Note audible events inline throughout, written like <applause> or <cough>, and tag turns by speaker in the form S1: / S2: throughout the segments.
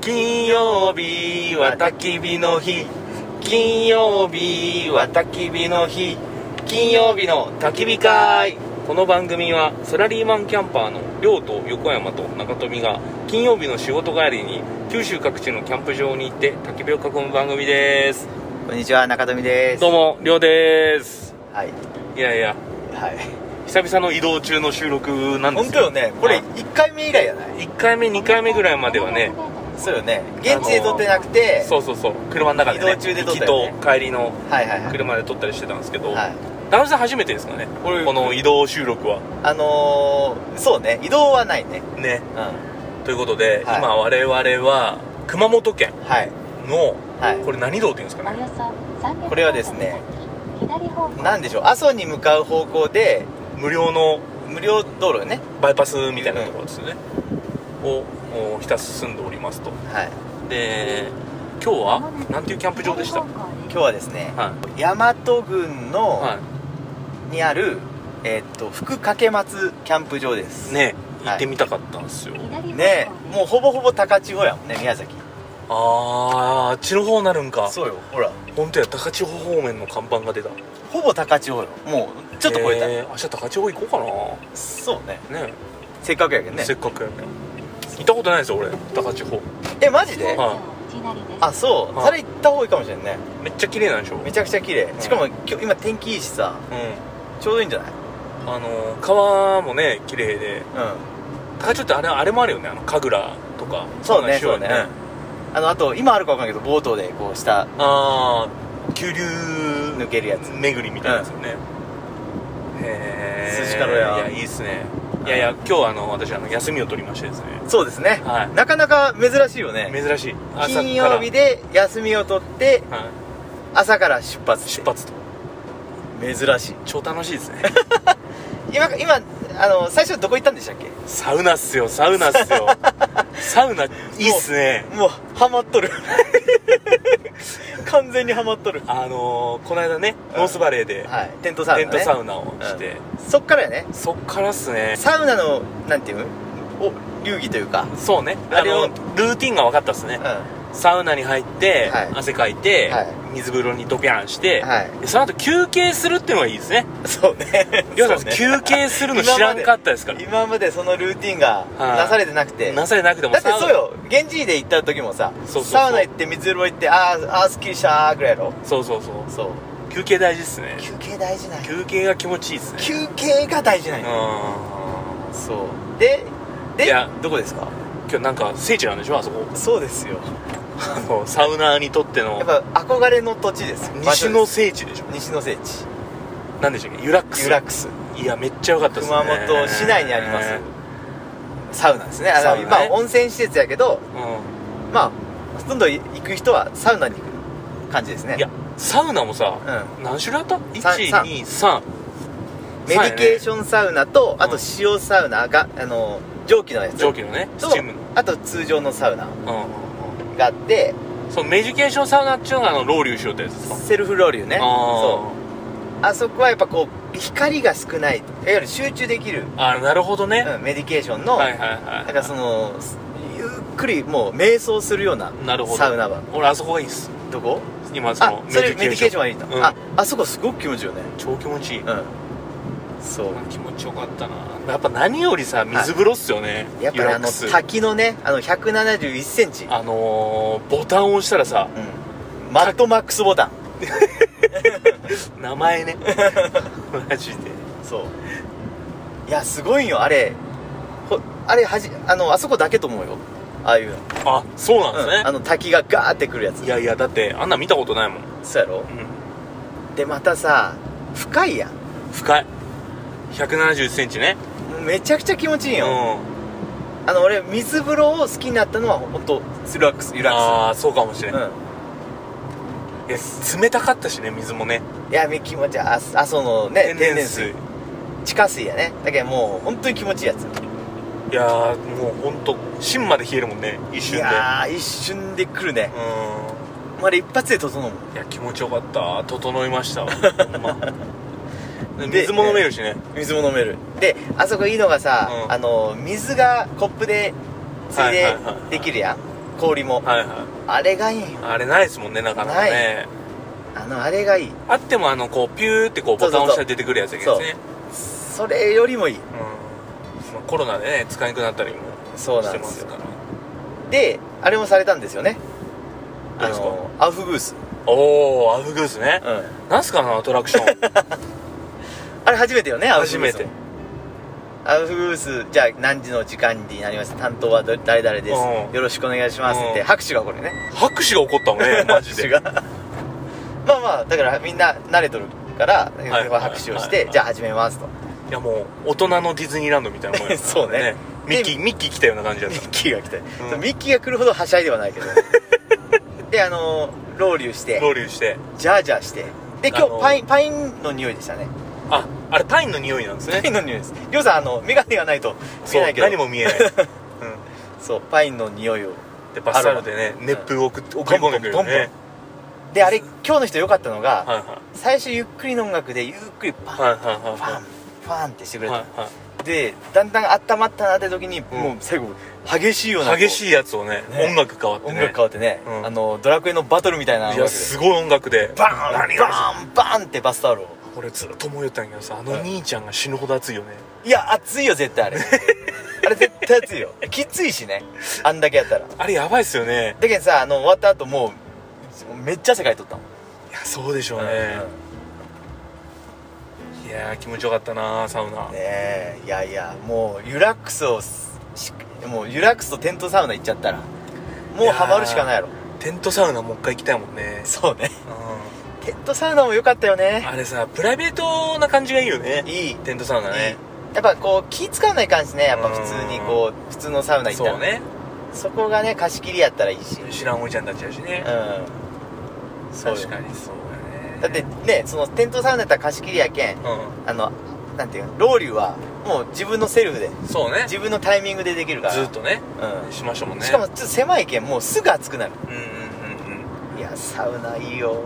S1: 金曜日は焚き火の日金曜日は焚き火の日金曜日の焚き火会この番組はサラリーマンキャンパーの亮と横山と中富が金曜日の仕事帰りに九州各地のキャンプ場に行って焚き火を囲む番組です
S2: こんにちは中富です
S1: どうも亮です
S2: はい
S1: いやいや
S2: はい
S1: 久々の移動中の収録なんです
S2: 本当よねこれ
S1: はい
S2: 1回目以来やない
S1: 1回目2回目ぐらいまではね
S2: そうよね現地で撮ってなくて
S1: そうそうそう車の中でね
S2: 移動中で撮
S1: 行
S2: っ
S1: き
S2: たよ
S1: と
S2: ね
S1: 帰りの
S2: はいはいはい
S1: 車で撮ったりしてたんですけど、
S2: はい
S1: ダンさん初めてですかね
S2: 俺
S1: この移動収録は
S2: あのー、そうね移動はないね
S1: ね
S2: うんは
S1: ということで、
S2: はい
S1: 今我々は熊本県
S2: い
S1: の、
S2: はい
S1: これ何道っていうんですか
S3: お
S1: ね
S3: よそ300
S2: これはですね
S3: 左方向
S2: なんでしょう阿蘇に向かう方向で
S1: 無料の
S2: 無料道路よね
S1: バイパスみたいなところですよね、をおひたす進んでおりますと
S2: はい
S1: で今日はなんていうキャンプ場でしたは
S3: 左方向
S2: 今
S3: です
S2: 日はですね
S1: い、
S2: 大和郡の、
S1: は
S2: にあるえーっと福掛松キャンプ場です
S1: い、ね
S2: はい
S1: 行ってみたかったんですよ、
S3: 左方向です
S2: ねもうほぼほぼ高千穂やもんね宮崎
S1: あーあっちの方なるんか
S2: そうよほら
S1: 本当や高千穂方面の看板が出た
S2: ほぼ高千穂よもうちょっと超えた、
S1: えー明日高千穂行こ
S2: そうね
S1: うかなね
S2: せっかくやけどね
S1: せっかくやね行ったことないんですよ俺高千穂
S2: えマジで、
S1: はい
S3: 内なりです
S2: あそう、
S1: はい
S2: それ行った方がいいかもしれんね
S1: めっちゃ綺麗なんでしょう
S2: めちゃくちゃ綺麗、
S1: ん
S2: しかも今日今天気いいしさ
S1: ん
S2: ちょうどいいんじゃない
S1: あのー川もね綺麗で高千穂ってあれあれもあるよねあの神楽とか
S2: うんそうね
S1: んな
S2: そ
S1: の
S2: う
S1: 種類
S2: ねあのあと今あるかわかんないけどボートでこう下
S1: ああ急流
S2: 抜けるやつ
S1: 巡りみたいなやつよね、へえ
S2: 寿司かろや
S1: いやいいっすねいやいや今日はあの私あの休みを取りましてですね
S2: そうですね、
S1: はい
S2: なかなか珍しいよね
S1: 珍しい朝から
S2: 金曜日で休みを取って
S1: は
S2: 朝から出発
S1: い、
S2: し
S1: 出
S2: て
S1: 発と
S2: 珍しい
S1: 超楽しいですね
S2: 今今あの最初どこ行ったんでしたっけ
S1: サウナっすよサウナっ
S2: <laughs>
S1: すよサウナいいっすね
S2: もうハマっとる完全にハマっとる
S1: あのー、この間ね
S2: うん
S1: ノースバレーで
S2: はいテントサウナ、ね、
S1: テントサウナをして、
S2: そっからやね
S1: そっからっすね
S2: サウナのなんていうのお流儀というか
S1: そうねあ
S2: あれ
S1: の
S2: を
S1: ルーティンが分かったっす
S2: う
S1: ね
S2: んは
S1: サウナに入って、
S2: はい
S1: 汗かいて、
S2: はい
S1: 水風呂にドピャンして、
S2: い
S1: でその後休憩するっていうのがいいですね
S2: そうね
S1: りょうさん、
S2: <laughs> そうね
S1: 休憩
S2: <laughs>
S1: するの知らんかったですから
S2: 今までそのルーティンが
S1: はい
S2: なされてなくて、
S1: なされなくても
S2: だって
S1: サウナ
S2: そうよ現地で行った時もさ
S1: そうそうそう
S2: サウナ行って水風呂行ってあーあーすっきりしたーぐらいやろ
S1: そうそうそう
S2: そう
S1: 休憩大事っすね
S2: 休憩大事なんや
S1: 休憩が気持ちいいっすね
S2: 休憩が大事なん
S1: う
S2: や
S1: ーん
S2: そうで
S1: い
S2: で
S1: や
S2: どこですか
S1: 今日なんか聖地なんでしょあそこ <laughs>
S2: そうですよ
S1: あのサウナーにとっての
S2: やっぱ憧れの土地です
S1: 西
S2: 場所
S1: の
S2: です
S1: 聖地でしょ
S2: 西の聖地
S1: なんでしたっけユラックス
S2: ユラックス
S1: いやめっちゃ良かったですね
S2: 熊本市内にありますサウナですねあの
S1: サウナね
S2: まあ温泉施設やけど
S1: う
S2: まあほとんど行く人はサウナに行く感じですね
S1: んいやサウナもさ
S2: う
S1: 何種類あった
S2: さん
S1: ?123
S2: んメディケーションサウナとあと塩サウナがあの蒸気のやつ
S1: 蒸気のねス
S2: と
S1: チームの
S2: あと通常のサウナ
S1: う
S2: があって
S1: んそのメディケーションサウナっちゅうのがあのロウリュウしようってやつですか
S2: セルフロウリュね
S1: あ
S2: そうあそこはやっぱこう光が少ないいわゆる集中できる、
S1: ーあーなるほどね
S2: うんメディケーションの、
S1: はいはいはい
S2: なんかそのゆっくりもう瞑想するような
S1: なるほど
S2: サウナ場
S1: 俺あそこがいいっす
S2: どこ
S1: 今そ
S2: あ
S1: の
S2: それメディケーションはいいの、
S1: うん
S2: ああそこすごく気持ちいいよね
S1: 超気持ちいい
S2: うんそう
S1: 気持ちよかったなやっぱ何よりさ水風呂っすよね
S2: やっぱ
S1: ユ
S2: り
S1: ラ
S2: あ
S1: ック
S2: の
S1: ス
S2: 滝のねあの1 7 1ンチ
S1: あのーボタンを押したらさ
S2: うんマッドマックスボタン
S1: 名前ね <laughs> マジで
S2: そういやすごいよあれほあれはじあのあそこだけと思うよああいうの、
S1: あそうなん
S2: うんあ
S1: で
S2: の滝がガーってくるやつ
S1: すねいやいやだってあんなん見たことないもん
S2: そうやろでまたさ深いやん
S1: 深い1 7 0ンチね
S2: めちゃくちゃ気持ちいい
S1: うん
S2: よ、あの俺水風呂を好きになったのは本当スラックスリラッ
S1: ああそうかもしれ
S2: ク
S1: ん
S2: スうん
S1: いや冷たかったしね水もね
S2: いやめ気持ちいいああそのね天
S1: 天然
S2: 然水
S1: 水
S2: 地下水やねだけどもう本当に気持ちいいやつ
S1: いやーもうほんと芯まで冷えるもんね一
S2: い
S1: 瞬で
S2: やー一瞬で来るね
S1: う
S2: あれ一発で整うもん
S1: んいや気持ちよかった整いました
S2: <laughs>
S1: わほんまで水も飲めるしね
S2: 水も飲めるであそこいいのがさ、
S1: うん
S2: あの水がコップでつい
S1: は
S2: で
S1: いはいはい
S2: できるやん氷も
S1: はいは
S2: あれがいいん
S1: い
S2: よ
S1: あれないですもんねなかなかね
S2: あのあれがいい
S1: あってもあのこうピューってこうボタンを押したら出てくるやつだけですね
S2: それよりもいい
S1: うんまあコロナでね使えなくなったりも
S2: そう
S1: し
S2: なん
S1: て
S2: で
S1: ますす
S2: よ
S1: から
S2: であれもされたんですよね
S1: どうですか
S2: アウフグース、
S1: おおアフグースね
S2: うん、
S1: なんすかあのアトラク
S2: <laughs>
S1: ション
S2: あれ初めてよねアウフグース
S1: 初めて
S2: アウフグースじゃあ何時の時間になりました担当はど誰々で
S1: う
S2: す
S1: ん
S2: よろしくお願いしますって
S1: うん
S2: 拍手がこれね
S1: 拍手が起こったもんねマジ
S2: <laughs> 拍手
S1: で
S2: がまあまあだからみんな慣れとるから
S1: いはいはい
S2: 拍手をし
S1: はい
S2: て
S1: はい
S2: じゃあ始めますと
S1: いやもう大人のディズニーランドみたいなもんや
S2: <laughs>
S1: な
S2: そうね
S1: ミッキーミッキー来たような感じだっ
S2: ミッ
S1: た
S2: キーが来て
S1: うん
S2: ミッキーが来るほどはしゃいではないけ
S1: <laughs>
S2: どであのーロウリュして
S1: ロウリュして
S2: ジャージャーしてで今
S1: あの
S2: 日パインパインの匂いでしたね
S1: ああれパインの匂いなんです
S2: パイ
S1: ね
S2: ンの匂いですりょうさんあの眼鏡がないと <laughs> 見
S1: そ
S2: えな
S1: う
S2: いけど
S1: 何も
S2: <laughs>
S1: 見えないうん
S2: そうパインの匂いを
S1: でバスタオルでね熱風を送って送り込んでくるよね
S2: であれ今日の人良かったのが、
S1: はいはい
S2: 最初ゆっくりの音楽でゆっくりパン、
S1: はいはいはい
S2: パ
S1: は
S2: ンパンってしてくれ
S1: い
S2: た、
S1: はい
S2: でだんだん温まったなって時に、
S1: ん
S2: もう最後激しいような
S1: はい激し
S2: い
S1: いやつをね
S2: ね
S1: 音楽変わって
S2: 音
S1: ね
S2: 楽変わってね、
S1: うん
S2: あのドラクエのバトルみたいな音
S1: い
S2: 楽
S1: や
S2: です
S1: ごい音楽で
S2: バーンバーンバーンってバスタオルを
S1: 俺ずっと思いよったんやけどさあの
S2: うん
S1: 兄ちゃんが死ぬほど熱いよね
S2: いや熱いよ絶
S1: <laughs>
S2: 対あれあれ絶対熱いよきついしねあんだけやったらだ
S1: あれやばいっすよね
S2: けどさあの終わった後もうめっちゃ汗かいとったもん、
S1: いやそうでしょう
S2: うん
S1: ね
S2: ね
S1: いやー気持ちよかったなーサウナ
S2: えいやいやもうユラックスをしもうユラックスとテントサウナ行っちゃったらもうハマるしかないやろ
S1: テントサウナもう一回行きたいもんね
S2: そうね
S1: う
S2: テントサウナも良かったよ
S1: ん
S2: ね
S1: あれさプライベートな感じがいいよね
S2: いい
S1: テントサウナね
S2: やっぱこう気使わない感じねやっぱ普通にこう普通のサウナ行ったら
S1: そうね
S2: そこがね貸し切りやったらいいしうん
S1: 知らんおじちゃんたちやしね
S2: そうよ
S1: 確かにそう
S2: だ
S1: だね
S2: ってねそのテントサウナやったら貸し切りやけん
S1: う
S2: あのなんていうのロウリュはもう自分のセルフ
S1: <laughs>
S2: で
S1: んそうね
S2: 自分のタイミングでできるから
S1: ずっとね
S2: う
S1: しましたもん
S2: ん
S1: ね
S2: しかもちょっと狭いけんもうすぐ暑くなる
S1: うんうんうん
S2: いやサウナいいよ
S1: うん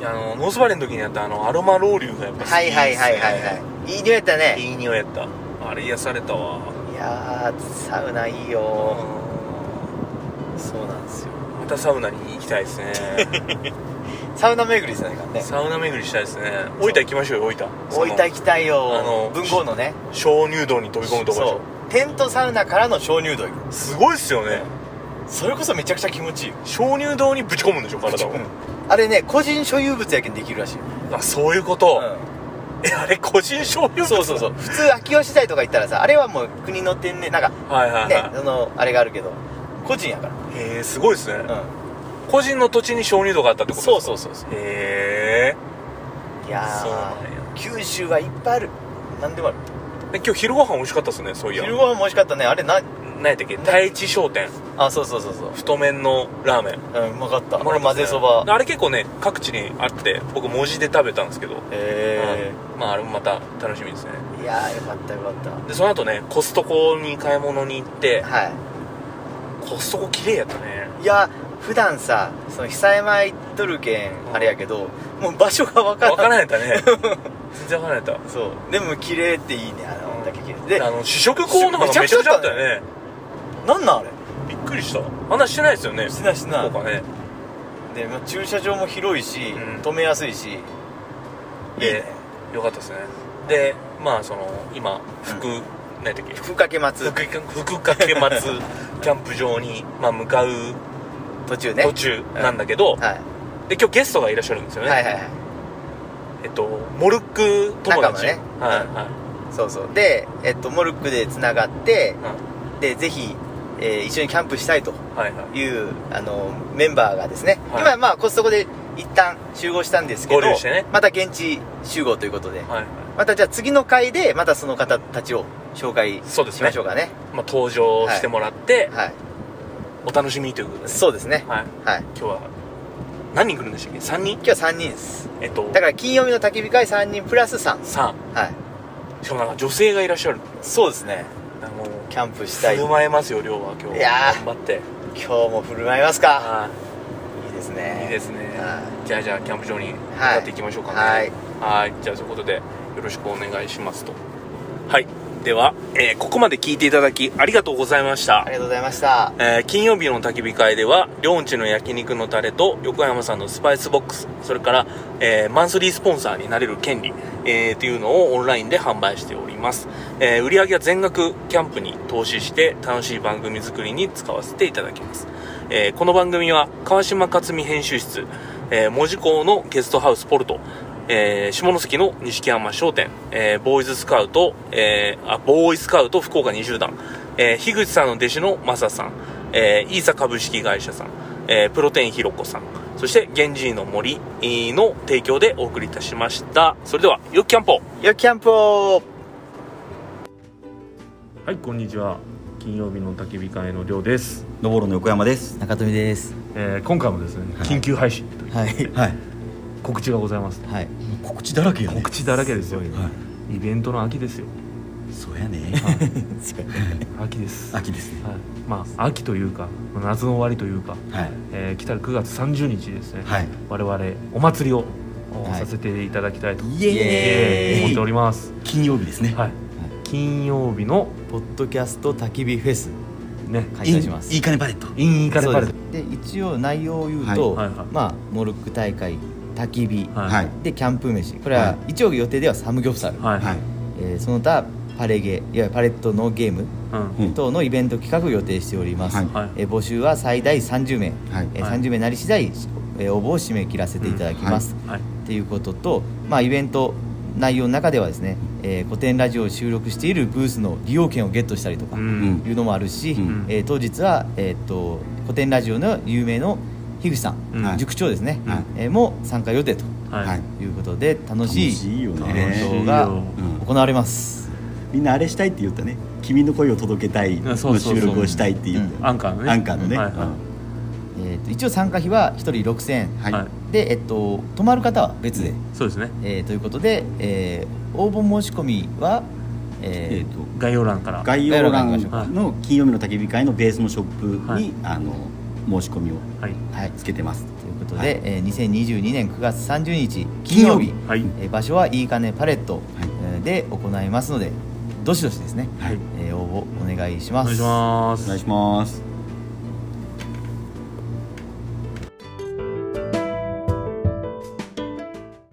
S1: いやあのノースバレーの時にやったあのアロマロウリュがやっぱ好き
S2: はいはいはいはいはいいい匂いやった
S1: い
S2: ね
S1: いい匂いやったあれ癒されたわ
S2: いやーサウナいいよそうなんですよ
S1: またサウナに行きたいですね
S2: サウナ巡りじゃないから <laughs> ね
S1: サウナ巡りしたいですね大分行きましょうよ大分
S2: 大分行きたいよ
S1: あの
S2: 文豪のね
S1: その鍾乳洞に飛び込むところでし
S2: そう
S1: ょ
S2: テントサウナからの鍾乳洞よ
S1: すごいっすよね
S2: それこそめちゃくちゃ気持ちいいよ
S1: 鍾乳洞にぶち込むんでしょ体を
S2: うんあれね個人所有物やけんできるらしいよ、
S1: あそういうこと、
S2: うん
S1: えあれ個人商用
S2: そうそうそう普通秋吉台とか行ったらさあれはもう国の天然なんか
S1: はいはい
S2: ね
S1: は
S2: そのあれがあるけど個人やか
S1: いへえすごいですね、
S2: らうん
S1: 個人の土地に鍾乳洞があったってこと
S2: そ
S1: で
S2: う
S1: す
S2: そ
S1: か
S2: うそうそう
S1: へ
S2: いやー
S1: そうなんや
S2: 九州はいっぱいある何でもある
S1: え今日昼ご飯美味しかったっすねそういや
S2: 昼ご飯も美味しかったねあれな
S1: 何やったっけ太一商店
S2: あそうそうそうそう
S1: 太麺のラーメン
S2: うんうまかった
S1: うまか
S2: 俺
S1: った
S2: 混
S1: っすね
S2: ぜそば
S1: あれ結構ね各地にあって僕文字で食べたんですけど、
S2: へ
S1: うんまああれもまた楽しみですね
S2: えいやーよかったよかっ
S1: でその後ねコストコに買い物に行って
S2: たは
S1: コストコ綺麗やった
S2: <laughs>
S1: ね
S2: いいやー普段さその久山行っとるけ
S1: うん
S2: んあれやけどもう場所が分から
S1: 分
S2: ん
S1: からんやっ
S2: <laughs>
S1: たね全然分からんやった
S2: そうでも綺麗っていいねあのだけ綺麗
S1: で
S2: で
S1: あの試食コーナーがめちゃくちゃあったよね
S2: なんなんあれ
S1: びっくりした話してないですよね
S2: してないしてない
S1: そうかね
S2: で、まあ、駐車場も広いし、
S1: うん
S2: 止めやすいしいい
S1: で
S2: ね
S1: よかったですねでまあその今福、何やったっけ
S2: ふかけ松
S1: 福福
S2: <laughs>
S1: かけ松キャンプ場に、まあ、向かう
S2: 途中ね
S1: 途中なんだけど、
S2: はい、
S1: で今日ゲストがいらっしゃるんですよね、
S2: はいはいはい
S1: えっとモルック友
S2: 仲間
S1: 達、
S2: ね
S1: はい
S2: うん
S1: はい、
S2: そうそうで、えっと、モルックでつながって
S1: うん
S2: でぜひ、えー一緒にキャンプしたいと
S1: はいはい
S2: いうあのメンバーがですね、
S1: はい
S2: 今まあコストコで一旦集合したんですけど
S1: 合流してね
S2: また現地集合ということで
S1: はいはい
S2: またじゃあ次の回でまたその方たちを紹介
S1: そうですね
S2: しましょうかね
S1: まあ、登場してもらって、
S2: はい
S1: お楽しみということで、
S2: そうですね
S1: はい、
S2: はい
S1: 今日は何人来るんでしたっけ3人
S2: 今日は3人です
S1: えっと
S2: だから金曜日の焚き火会3人プラス3
S1: 3
S2: はい
S1: しかもなんか女性がいらっしゃる
S2: そうですね
S1: あの
S2: キャンプした
S1: 振
S2: い
S1: る
S2: 今
S1: 舞えますよ亮は今日
S2: いやー
S1: 頑張って
S2: 日も振る舞いますか
S1: はい
S2: いいですね
S1: いいですね
S2: は
S1: じゃあじゃあキャンプ場に向かっていきましょうかね
S2: はい
S1: はいじゃあそういうことでよろしくお願いしますとはいでは、えーここまで聞いていただきありがとうございまし
S4: あ
S1: た
S4: り、がとうございました
S1: えー金曜日の焚き火会では両んちの焼肉のタレと横山さんのスパイスボックスそれから、えーマンスリースポンサーになれる権利、えーというのをオンラインで販売しております、えー売り上げは全額キャンプに投資して楽しい番組作りに使わせていただきます、えーこの番組は川島克美編集室、えー門司港のゲストハウスポルトえー下関の錦山商店、えーボーイズスカウト、えーあボーイスカウト福岡20段、えー樋口さんの弟子のマサさん、えーイーサ株式会社さん、えープロテインひろこさんそして源氏の森えーの提供でお送りいたしましたそれではよくキャンプを
S4: よっキャンプを
S1: はいこんにちは金曜日の焚き火会のりょうです、
S5: のぼろの横山です。
S2: 中富です
S1: 今回もですね緊急配信とい
S2: はい
S5: はい。
S1: 告知がございます
S2: <laughs> はい
S5: 告知だらけやね。
S1: 告知だらけですよ
S5: は
S1: イベントの秋ですよ
S5: い。そうやね。
S1: 秋です
S5: <laughs> 秋ですね。
S1: はい、まあ秋というか夏の終わりというか、
S5: はい。
S1: えー来たる9月30日ですね、
S5: はい。
S1: 我々お祭りをお
S2: はい
S1: させていただきたいと、
S5: イ
S1: えー
S2: エ
S1: 思っております、
S5: 金曜日ですね。
S1: はい、金曜日の
S2: ポッドキャスト焚き火フェス
S1: ね
S2: 開
S5: いい
S2: 催します
S5: いいかねパレット。
S1: インイカレパレッ
S2: そうですで一応内容を言うと、
S1: はいはいはい
S2: まあモルック大会焚き火、
S1: ド
S5: はい。
S2: でキャンプ飯これは、
S5: は
S2: 一応予定ではサムギョプサル、
S1: はいは
S5: はいい。
S2: えーその他パレゲいわゆるパレットのゲーム
S1: うん
S5: うん
S2: 等のイベント企画を予定しております、
S5: はい
S1: はい
S2: えー募集は最大30名、
S5: はい
S2: えー
S1: はい
S2: 30名なり次第、えー応募を締め切らせていただきます、
S1: はい
S2: っていうことと、まあ、イベント内容の中ではですね、えー古典ラジオを収録しているブースの利用券をゲットしたりとか
S1: う
S2: い
S1: ん
S2: うのもあるし、
S5: うん
S2: えー当日は、えーっと古典ラジオの有名の樋口さん、
S1: うん
S2: 塾長ですね、
S5: はい
S2: えーも参加予定と
S1: はい、
S5: はい
S2: いうことで楽しい
S5: 楽しいよね
S2: イベントが
S1: 楽
S5: しいよ
S2: 行われます、
S5: みんなあれしたいって言ったね。君の声を届けたい
S1: あ
S5: の
S1: そうそうそう
S5: 収録をしたいって言ったよね。
S1: アンカーのね
S5: アンカーのね。
S1: はいはい
S2: えーっと一応参加費は1人6000円、
S5: はい。
S1: はい
S2: で、えーっと泊まる方は別で、
S1: そうですね
S2: えーということで、えー応募申し込みは、
S5: え
S2: え
S5: っと
S1: 概要欄から
S5: 概要欄
S1: はい
S5: の金曜日の焚き火会のベースのショップ
S1: はい
S5: にあの申し込みを
S1: はい
S2: ーはい、
S5: つけてます。
S2: ということで、
S5: はい
S2: えー2022年9月30日金曜日
S1: はい
S2: えー場所はいいかねパレット、
S5: い
S2: えーで行いますのでどしどしですね、
S1: はい
S2: えー応募お願いし
S1: お
S2: ま
S1: 願い
S2: す
S1: しま
S5: お願
S1: す
S5: いします。